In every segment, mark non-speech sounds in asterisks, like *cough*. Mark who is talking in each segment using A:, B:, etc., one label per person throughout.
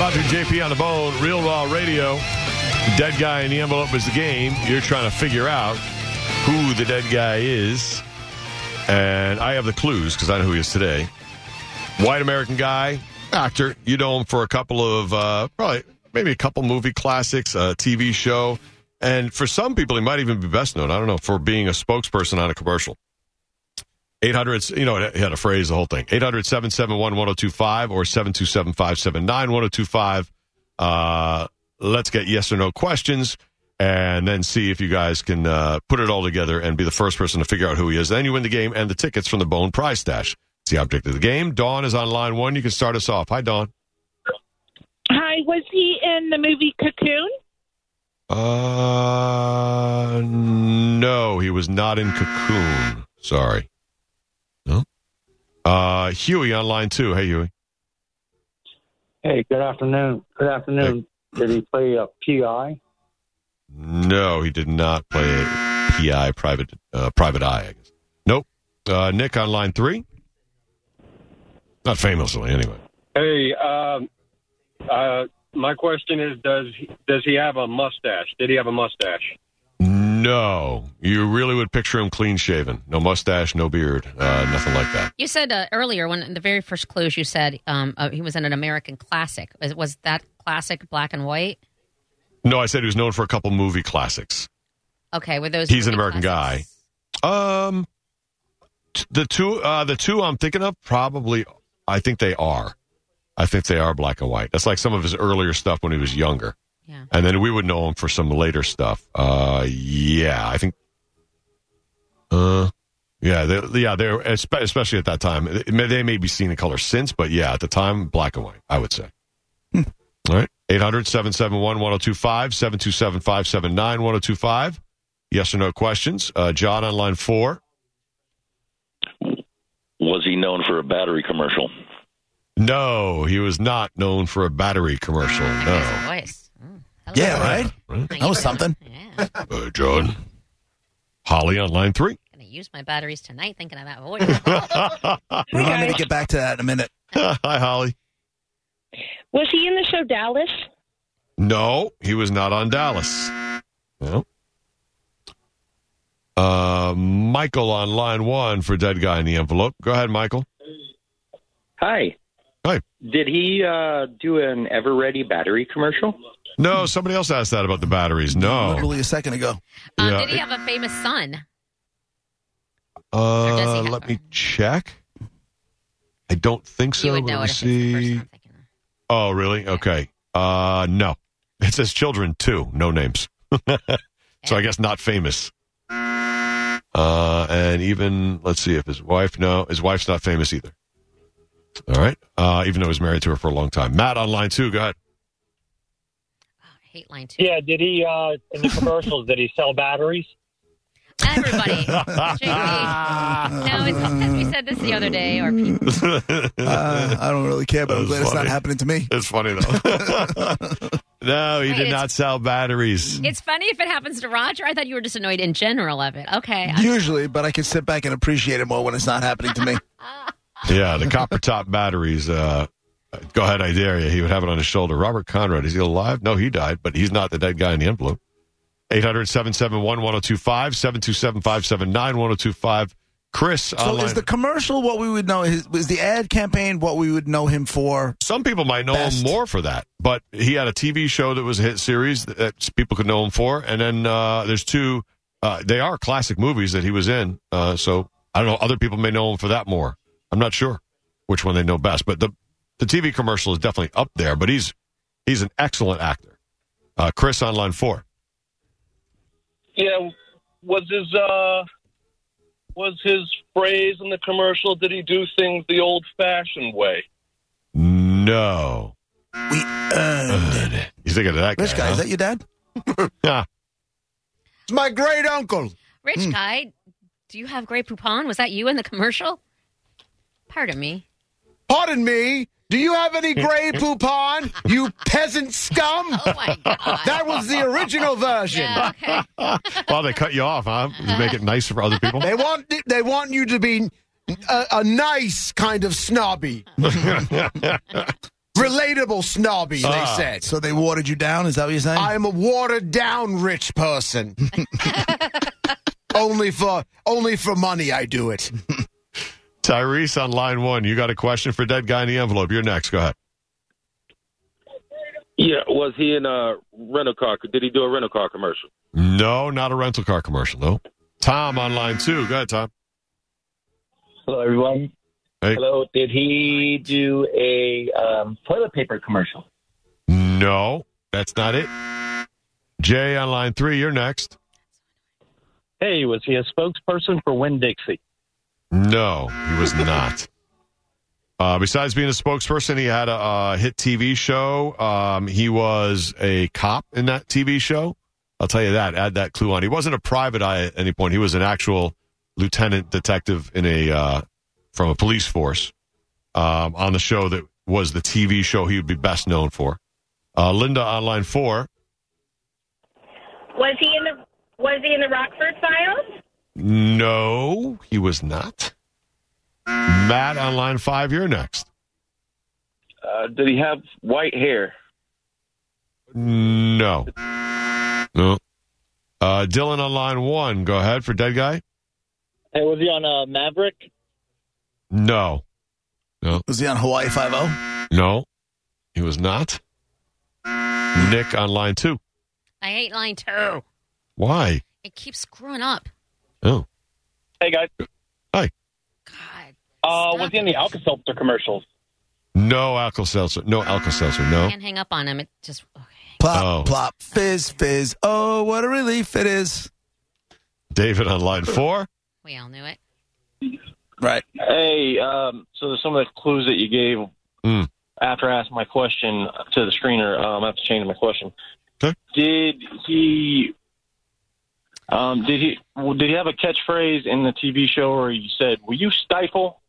A: Andrew JP on the bone, Real Raw Radio. Dead guy in the envelope is the game. You're trying to figure out who the dead guy is, and I have the clues because I know who he is today. White American guy, actor. You know him for a couple of uh, probably maybe a couple movie classics, a TV show, and for some people he might even be best known. I don't know for being a spokesperson on a commercial. 800, you know, it had a phrase, the whole thing. 800 771 1025 or 727 579 1025. Uh, Let's get yes or no questions and then see if you guys can uh, put it all together and be the first person to figure out who he is. Then you win the game and the tickets from the Bone Prize Stash. It's the object of the game. Dawn is on line one. You can start us off. Hi, Dawn.
B: Hi, was he in the movie Cocoon?
A: Uh, no, he was not in Cocoon. Sorry. No? Uh, Huey on line two. Hey, Huey.
C: Hey, good afternoon. Good afternoon. Did he play a PI?
A: No, he did not play PI private uh, private eye. I guess. Nope. Uh, Nick on line three. Not famously, anyway.
D: Hey, um, uh, my question is: Does does he have a mustache? Did he have a mustache?
A: No, you really would picture him clean shaven, no mustache, no beard, uh, nothing like that.
E: You said uh, earlier, when the very first clues, you said um, uh, he was in an American classic. Was, was that classic black and white?
A: No, I said he was known for a couple movie classics.
E: Okay, were those?
A: He's an
E: movie
A: American
E: classics?
A: Um, t- the two, uh, the two I'm thinking of, probably, I think they are. I think they are black and white. That's like some of his earlier stuff when he was younger,
E: Yeah.
A: and then we would know him for some later stuff. Uh, yeah, I think. Uh, yeah, they, yeah, they're espe- especially at that time. It may- They may be seen in color since, but yeah, at the time, black and white. I would say. All right. 800 771 1025 727 579 1025. Yes or no questions. Uh, John on line four.
F: Was he known for a battery commercial?
A: No, he was not known for a battery commercial.
E: I
A: No.
E: recognize his voice. Mm, hello.
G: Yeah, right?
A: Right.
E: Now,
G: That was
E: you-
G: something.
E: Yeah.
A: Uh, John. Holly on line three. *laughs*
E: Gonna use my batteries tonight, thinking of that voice. Uh,
A: Hi,
G: You want me to get back to that in a minute?
A: Holly.
B: Was he in the show Dallas?
A: No, he was not on Dallas. No. Uh, Michael on line one for Dead Guy in the Envelope. Go ahead, Michael.
H: Hi.
A: Hi.
H: Did he uh, do an Ever Ready battery commercial?
A: No, somebody else asked that about the batteries. No.
G: Literally a second ago.
E: um,
A: Yeah,
E: Did he have a famous son? does he
A: Uh,
E: have
A: let me
E: one?
A: check. I don't think so.
E: you would
A: but
E: know
A: let
E: it
A: me
E: if it's
A: see.
E: the person I'm thinking of.
A: Oh, really? Okay. Uh, no. It says children too. No names. *laughs* so I guess not famous. Uh, and even let's see if his wife. No, his wife's not famous either. All right. Uh, even though he's married to her for a long time. Matt on line two. Go ahead.
E: Oh, I hate line two.
C: Yeah. Did he uh, in the
I: Oh,
C: commercials? did he sell batteries?
E: Everybody. JP. Uh, No, it's because we said this the other day, or people.
G: Uh, I don't really care, but
A: That was
G: I'm glad it's not
A: funny.
G: happening to me.
A: *laughs* it's funny though. *laughs* no, he
E: Wait,
A: did
E: it's-
A: not sell batteries.
E: It's funny if it happens to Roger. I thought you were just annoyed in general of it. Okay. I-
G: Usually, but I can sit back and appreciate it more when it's not happening to
A: *laughs*
G: me.
A: Yeah, the copper top batteries. Uh, go ahead, I dare you. He would have it on his shoulder. Robert Conrad, is he alive? No, he died, but he's not the dead guy in the envelope. 800 771 1025, 727 579 1025. Chris,
G: So
A: online.
G: is the commercial what we would know? His, was the ad campaign what we would know him for? *clears throat*
A: some people might know
G: Best.
A: him more for that, but he had a TV show that was a hit series that- that people could know him for. And then uh, there's two, uh, they are classic movies that he was in. Uh, so I don't know, other people may know him for that more. I'm not sure which one they know best, but the, the TV commercial is definitely up there, but he's, he's an excellent actor. Uh, Chris on line four.
I: Yeah, was his uh, was his phrase in the commercial? Did he do things the old-fashioned way?
A: No.
G: We earned it.
A: You think of that guy?
G: Rich guy, is
A: huh?
G: that your dad?
A: Yeah.
G: It's my great uncle.
E: Rich
J: Hmm.
E: guy, do you have Grey Poupon? Was that you in the commercial? Pardon me.
J: Pardon me. Do you have
A: *laughs*
J: any gray poupon, you peasant scum?
E: Oh *laughs* my god.
J: That was the original
E: *laughs*
J: version.
E: yeah, okay.
A: well, they cut you off, huh? You make it nice for other people.
J: They want they
A: *laughs*
J: want you to be a, a nice kind of snobby. Relatable snobby,
A: Ah.
J: they said.
G: So they watered you down? Is that what you're saying?
J: I'm a watered down
A: *laughs*
J: rich person. only for only for money I do it.
A: Tyrese on line one. You got a question for Dead Guy in the Envelope. You're next. Go ahead.
I: Yeah, was he in a rental car? Did he do a rental car commercial?
A: No, not a rental car commercial. No. Tom on line two. Go ahead, Tom.
H: Hello, everyone.
A: Hey.
H: Hello. Did he do a um, toilet paper commercial?
A: No, that's not it. Jay on line three. You're next.
I: Hey, was he a spokesperson for Winn Dixie?
A: No, he was not. Uh, besides being a spokesperson, he had a, uh hit TV show. Um, he was a cop in that TV show. I'll tell you that. Add that clue on. He wasn't a private eye at any point. He was an actual lieutenant detective in a uh, from a police force um, on the show that was the TV show he would be best known for. Uh, Linda on line four.
B: Was he in the Was he in the Rockford Files?
A: No, he was not. Matt on line five. You're next.
I: Uh, did he have white hair?
A: No. No. Uh, Dylan on line one. Go ahead for dead guy.
I: Hey, was he on uh, Maverick?
A: No.
G: Was he on Hawaii Five O?
A: No. He was not. Nick on line two.
E: I hate line two.
A: Why?
E: It keeps screwing up.
A: Oh.
I: Hey, guys.
E: God.
I: Uh,
E: Stop
I: was he in the
E: it.
I: Alka Seltzer commercials?
A: No Alka Seltzer. No Alka Seltzer. No.
E: Can't hang up on him. It just. Okay.
G: Plop,
A: Oh.
G: plop, fizz, fizz. Oh, what a relief it is.
A: David on line four.
E: We all knew it.
G: Right.
I: Hey, um, so some of the clues that you gave
A: Mm.
I: after I asked my question to the screener, um, I have to change my question.
A: Okay.
I: Did he? Um, did he? well, Did he have a catchphrase in the TV show where you said, "Will you stifle?"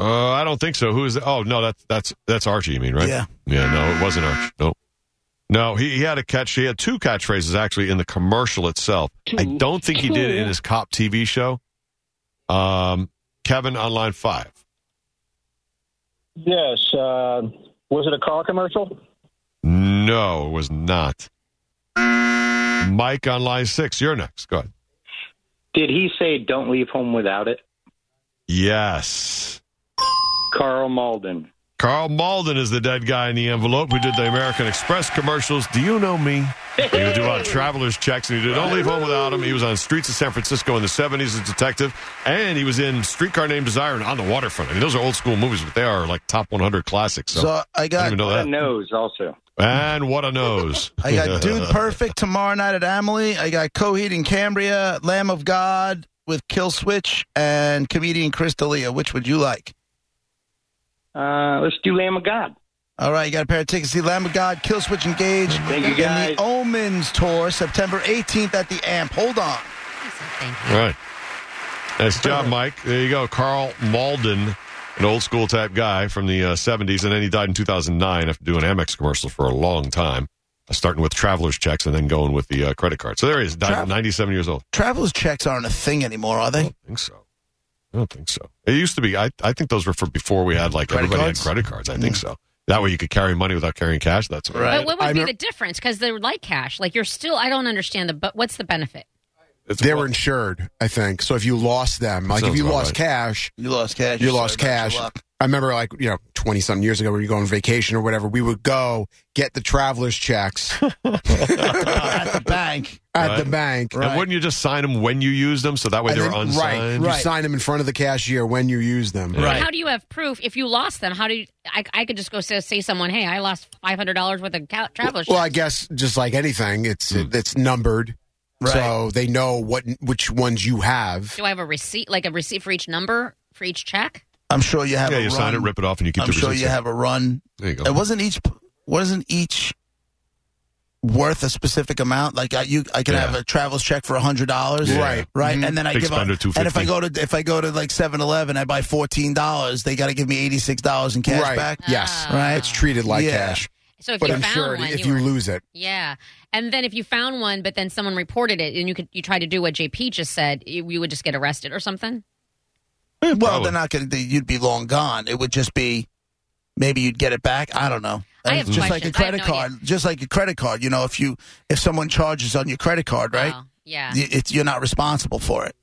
A: Uh, I don't think so. Who is that? Oh, no, that's, that's, that's Archie, you mean, right?
G: Yeah.
A: Yeah, no, it wasn't Arch. No. No, he, he had a catch. He had two catchphrases actually in the commercial itself. I don't think he did it in his cop TV show. Um, Kevin on line five.
I: Yes. Uh, was it a car commercial?
A: No, it was not. Mike on line six. You're next. Go ahead.
H: Did he say "Don't leave home without it"?
A: Yes.
H: Carl Malden.
A: Carl Malden is the dead guy in the envelope who did the American Express commercials. Do you know me? He would do a lot of traveler's checks, and he did Don't Leave Home Without Him. He was on Streets of San Francisco in the 70s as a detective, and he was in Streetcar Named Desire and On the Waterfront. I mean, those are old school movies, but they are like top 100 classics. So,
G: So, I
A: I didn't
G: got
A: even know
H: That
A: that.
H: knows also.
A: And what a nose. *laughs*
G: I got Dude Perfect tomorrow night at Amelie. I got Coheed and Cambria, Lamb of God with Kill Switch, and comedian Chris D'Elia. Which would you like?
H: Uh, let's do Lamb of God.
G: All right, you got a pair of tickets to see Lamb of God, Kill Switch Engage.
H: Thank you, guys.
G: And the Omens Tour, September 18th at the Amp. Hold on.
E: He said thank you.
A: All right. Nice job, Mike. There you go. Carl Malden, an old school type guy from the uh, 70s, and then he died in 2009 after doing Amex commercials for a long time, uh, starting with traveler's checks and then going with the uh, credit card. So there he is, died at
G: Travel-
A: 97 years old.
G: Travelers checks aren't a thing anymore, are
A: I
G: they?
A: don't think so. I don't think so. It used to be. I, I think those were for before we had like
G: Credit
A: everybody
G: cards?
A: had credit cards. I think so. That way you could carry money without carrying cash. That's
E: But what would
J: I
E: be
J: remem-
E: the difference? Because they're like cash. Like you're still. I don't understand the. But what's the benefit?
A: It's-
J: They were insured, I think. So if you lost them, like if
A: Sounds
J: you
A: about
J: lost
A: right.
J: cash,
G: You lost cash.
J: You lost
G: Sorry about
J: cash.
G: your luck.
J: I remember like, you know, 20 something years ago, when you go on vacation or whatever, we would go get the traveler's checks
G: *laughs* at the bank.
J: at
A: Right.
J: the bank.
A: And wouldn't you just sign them when you use them so that way
J: And
A: they're
J: then-
A: unsigned?
J: Right. You sign them in front of the cashier when you use them.
A: Yeah. Right.
E: How do you have proof if you lost them? How do you? I, I could just go say, say someone, hey, I lost five hundred dollars worth of ca- traveler's.
J: Well, I
E: checks."
J: guess just like anything, it's
A: Hmm.
J: it's numbered. So they know what which ones you have.
E: do I have a receipt? Like a receipt for each number for each check?
G: I'm sure you have
A: Yeah,
G: a
A: you
G: run.
A: sign it, rip it off, and you keep
G: I'm
A: the
G: sure
A: receipts.
G: you have a run.
A: There you go.
G: It wasn't each wasn't each worth a specific amount. Like I, you, I can
A: Yeah.
G: have a travels check for hundred dollars,
A: Yeah. Mm-hmm. Right.
G: Right, and then I
A: Big
G: give up.
A: spender, $250.
G: And if I go to if I go to like Seven Eleven, I buy fourteen dollars. They got to give me eighty six dollars in cash
J: right.
G: back.
J: Yes.
E: Ah. Right.
J: It's treated like
G: Yeah.
J: cash.
E: So if
J: But
E: you
J: I'm
E: found
J: sure
E: one,
J: if you
E: were-
J: lose it,
E: yeah, and then if you found one, but then someone reported it, and you could you tried to do what JP just said, you, you would just get arrested or something.
G: Well,
A: Probably.
G: they're not going to. You'd be long gone. It would just be maybe you'd get it back. I don't know.
E: I have
G: just like a
E: questions. I have
G: credit
E: no
G: card, just like a credit card. You know, if you if someone charges on your credit card, right?
E: Oh, yeah.
G: y- It's you're not responsible for it.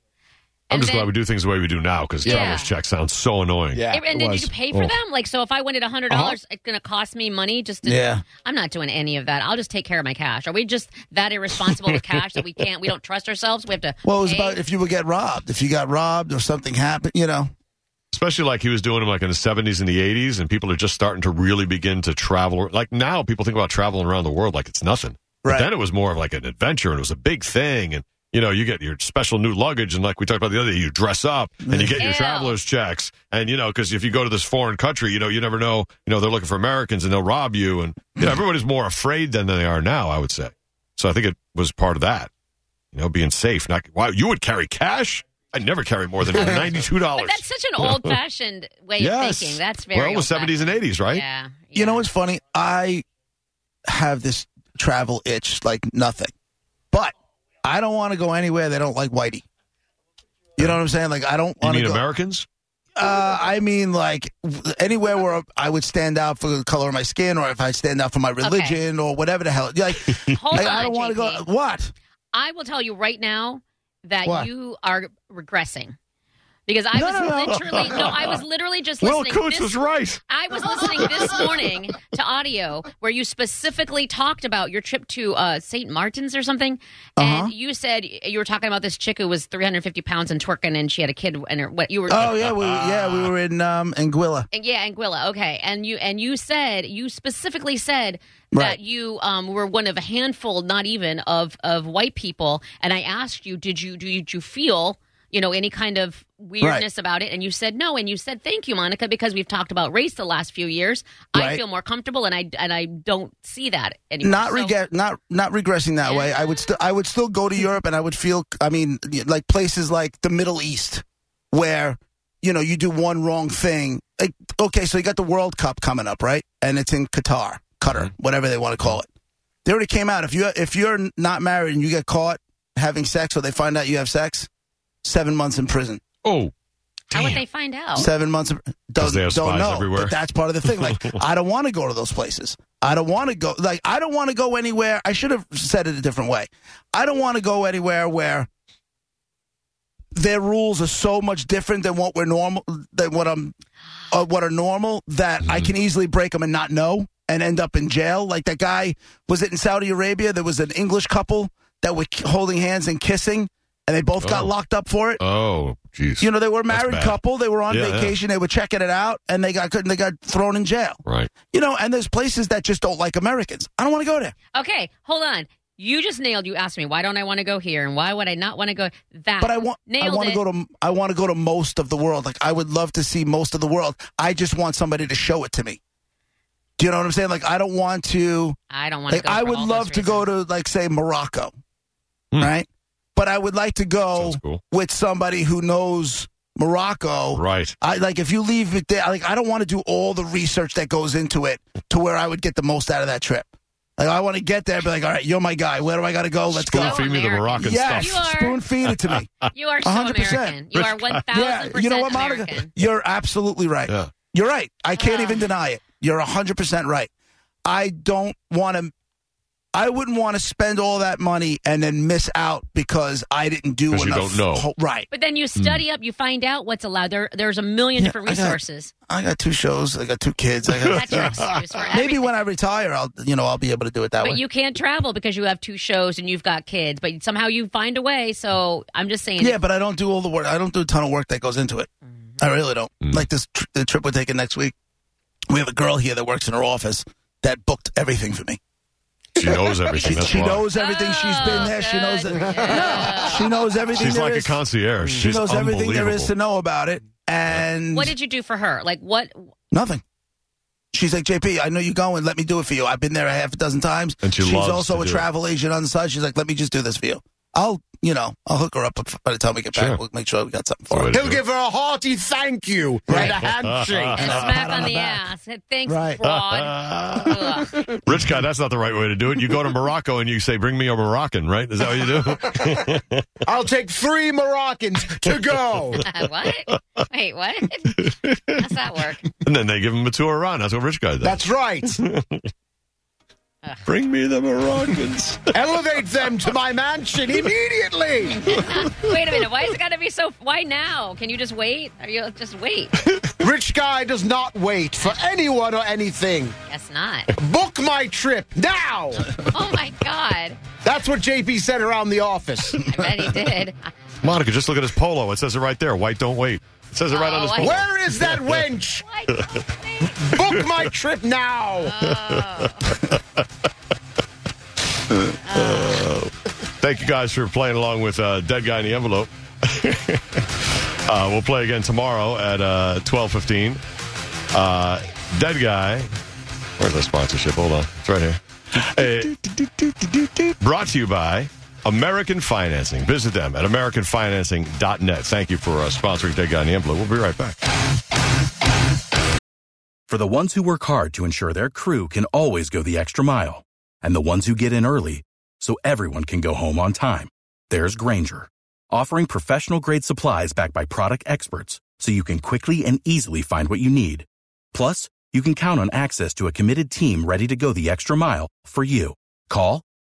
A: I'm
E: And
A: just glad
E: then-
A: we do things the way we do now because
E: Yeah.
A: traveler's check sounds so annoying.
J: Yeah,
E: And- and
J: it
E: then
J: was.
E: you pay for
A: Oh.
E: them. Like, so if I wanted hundred dollars, it's going to cost me money. Just to,
G: Uh-huh. Yeah.
E: I'm not doing any of that. I'll just take care of my cash. Are we just that irresponsible with cash that we can't? We don't trust ourselves. We have to.
G: Well, it was
E: pay?
G: about if you would get robbed, if you got robbed or something happened, you know.
A: Especially like he was doing them like in the 70s and the 80s, and people are just starting to really begin to travel. Like now, people think about traveling around the world like it's nothing. But
G: Right.
A: then it was more of like an adventure, and it was a big thing. And you know, you get your special new luggage, and like we talked about the other day, you dress up and you get your
E: Ew.
A: traveler's checks. And you know, because if you go to this foreign country, you know, you never know. You know, they're looking for Americans, and they'll rob you. And you know, everybody's more afraid than they are now. I would say. So I think it was part of that. You know, being safe. Not wow, you would carry cash. I would never carry more than ninety-two
E: But
A: dollars.
E: that's such an old-fashioned way of
A: Yes.
E: thinking. That's very.
A: well, it was
E: old-fashioned.
A: seventies and eighties, right?
E: Yeah,
G: You know what's funny? I have this travel itch like nothing, but I don't want to go anywhere they don't like Whitey. You know what I'm saying? Like I don't
A: You
G: want to
A: mean
G: go.
A: Americans?
G: Uh, I mean, like w- anywhere where I would stand out for the color of my skin, or if I stand out for my religion, or whatever the hell. Like,
E: Hold on,
G: like I don't want to go.
E: JP.
G: What?
E: I will tell you right now that
G: What?
E: you are regressing because I
G: No,
E: was
G: no, no.
E: literally no, I was literally just
A: Will
E: listening.
A: Coots
E: this-
A: was right.
E: I was listening this morning to audio where you specifically talked about your trip to uh, St. Martin's or something, and
G: Uh-huh.
E: you said you were talking about this chick who was 350 pounds and twerking, and she had a kid, and her, what you were.
G: Oh yeah, we yeah
A: *laughs*
G: we were in um Anguilla.
E: And- yeah, Anguilla. Okay, and you and you said you specifically said
G: Right.
E: that you um, were one of a handful, not even of of white people. And I asked you, did you do you, did you feel you know any kind of weirdness about it? And you said no. And you said thank you, Monica, because we've talked about race the last few years. I
G: Right.
E: feel more comfortable, and I and I don't see that anymore.
G: Not
E: So-
G: regret, not not regressing that way. I would still I would still go to Europe, and I would feel. I mean, like places like the Middle East, where you know you do one wrong thing. Like, okay, so you got the World Cup coming up, right? And it's in Qatar, Qatar, whatever they want to call it. They already came out. If you if you're not married and you get caught having sex, or they find out you have sex, seven months in prison.
A: Oh,
E: How would they find out?
G: Seven months of, don't,
A: they have
G: don't
A: spies
G: know.
A: everywhere.
G: But that's part of the
A: *laughs*
G: thing. Like I don't want to go to those places. I don't want to go. Like I don't want to go anywhere. I should have said it a different way. I don't want to go anywhere where their rules are so much different than what we're normal than what I'm uh, what are normal that I
A: Mm-hmm.
G: can easily break them and not know and end up in jail. Like that guy was it in Saudi Arabia? There was an English couple that were k- holding hands and kissing, and they both got
A: Oh.
G: locked up for it.
A: oh, jeez.
G: You know, they were a
A: That's
G: married
A: bad.
G: couple. They were on
A: Yeah, yeah.
G: vacation. They were checking it out, and they got couldn't. They got thrown in jail.
A: right.
G: You know, and there's places that just don't like Americans. I don't want to go there.
E: Okay, hold on. You just nailed. You asked me why don't I want to go here, and why would I not want to go that?
G: But I want.
E: Ah, Nailed
G: I want to
E: it.
G: go to. I want to go to most of the world. Like I would love to see most of the world. I just want somebody to show it to me. Do you know what I'm saying? Like I don't want to.
E: I don't want to.
G: Like
E: go
G: I
E: for
G: would
E: all
G: love
E: those
G: to go
E: reasons.
G: to like say Morocco,
A: Hmm.
G: right? But I would like to go
A: Sounds cool.
G: with somebody who knows Morocco,
A: Right.
G: I like if you leave it there. Like I don't want to do all the research that goes into it to where I would get the most out of that trip. Like I want to get there, and be like, all right, you're my guy. Where do I got to go? Let's
A: Spoon
G: go.
A: feed me the
E: American.
A: Moroccan
G: Yes,
E: You
A: stuff.
E: are-
G: spoon feed it to
E: *laughs*
G: me.
E: You are so
G: 100%.
E: American. You are one thousand
G: yeah,
E: percent
G: you know what, Monica?
E: American.
G: You're absolutely right.
A: Yeah.
G: You're right. I can't
E: Ah.
G: even deny it. You're hundred percent right. I don't want to. I wouldn't want to spend all that money and then miss out because I didn't do
A: 'Cause
G: enough.
A: you don't know.
G: ho- Right.
E: But then you study up, you find out what's allowed. There, there's a million
G: Yeah,
E: different
G: I got-
E: resources.
G: I got two shows. I got two kids. I got
E: That's your excuse
G: *laughs*
E: for
G: Maybe
E: everything.
G: when I retire, I'll you know I'll be able to do it that way.
E: But you can't travel because you have two shows and you've got kids. But somehow you find a way. So I'm just saying.
G: yeah, but I don't do all the work. I don't do a ton of work that goes into it.
E: Mm-hmm.
G: I really don't.
A: Mm.
G: Like this tr- the trip we're taking next week. We have a girl here that works in her office that booked everything for me.
A: She knows everything.
G: She,
A: That's
G: she
A: why.
G: knows everything. She's been there. She
E: good.
G: knows it.
E: Oh, Yeah.
G: *laughs* No, she knows everything.
A: She's
G: there
A: like
G: is.
A: a concierge.
G: She
A: She's
G: knows everything there is to
A: unbelievable.
G: know about it. And
E: What did you do for her? Like
G: *laughs*
E: what?
G: Nothing. She's like, JP, I know you're going. Let me do it for you. I've been there a half a dozen times.
A: And she
G: She's
A: loves
G: also
A: to
G: a
A: do it.
G: travel agent on the side. She's like, let me just do this for you. I'll you know, I'll hook her up by the time we get back. We'll make sure we got something for her.
J: He'll give her a hearty thank you and a *laughs* handshake.
E: And a smack on, the, ass. Thanks,
A: *laughs*
G: Right.
E: fraud. Ugh.
A: Rich guy, that's not the right way to do it. You go to Morocco and you say, "Bring me a Moroccan," right? Is that what you do? *laughs*
J: I'll take three Moroccans to go.
E: what? Wait, what? How's that work?
A: and then they give him a tour around. That's what Rich guy does.
J: That's right.
A: Bring me the
G: *laughs*
A: Moroccans.
J: Elevate them to my mansion immediately.
E: Wait a minute. Why is it got to be so? Why now? Can you just wait? Are you just wait?
J: Rich guy does not wait for anyone or anything.
E: Guess not.
J: Book my trip now.
E: Oh my god!
J: That's what JP said around the office.
E: *laughs* I bet he did.
A: Monica, just look at his polo. It says it right there. White don't wait. It says it right on his
E: Oh, I-
A: polo.
J: Where is that wench?
E: Why don't we?
J: Book my trip now.
A: Thank you guys for playing along with uh, Dead Guy in the Envelope. *laughs* uh, we'll play again tomorrow at uh, twelve fifteen. Uh, Dead Guy. Where's the sponsorship? Hold on, it's right here. Uh, brought to you by American Financing. Visit them at AmericanFinancing.net. Thank you for uh, sponsoring Dead Guy in the Envelope. We'll be right back.
K: For the ones who work hard to ensure their crew can always go the extra mile, and the ones who get in early so everyone can go home on time, there's Granger, offering professional grade supplies backed by product experts so you can quickly and easily find what you need. Plus, you can count on access to a committed team ready to go the extra mile for you. Call,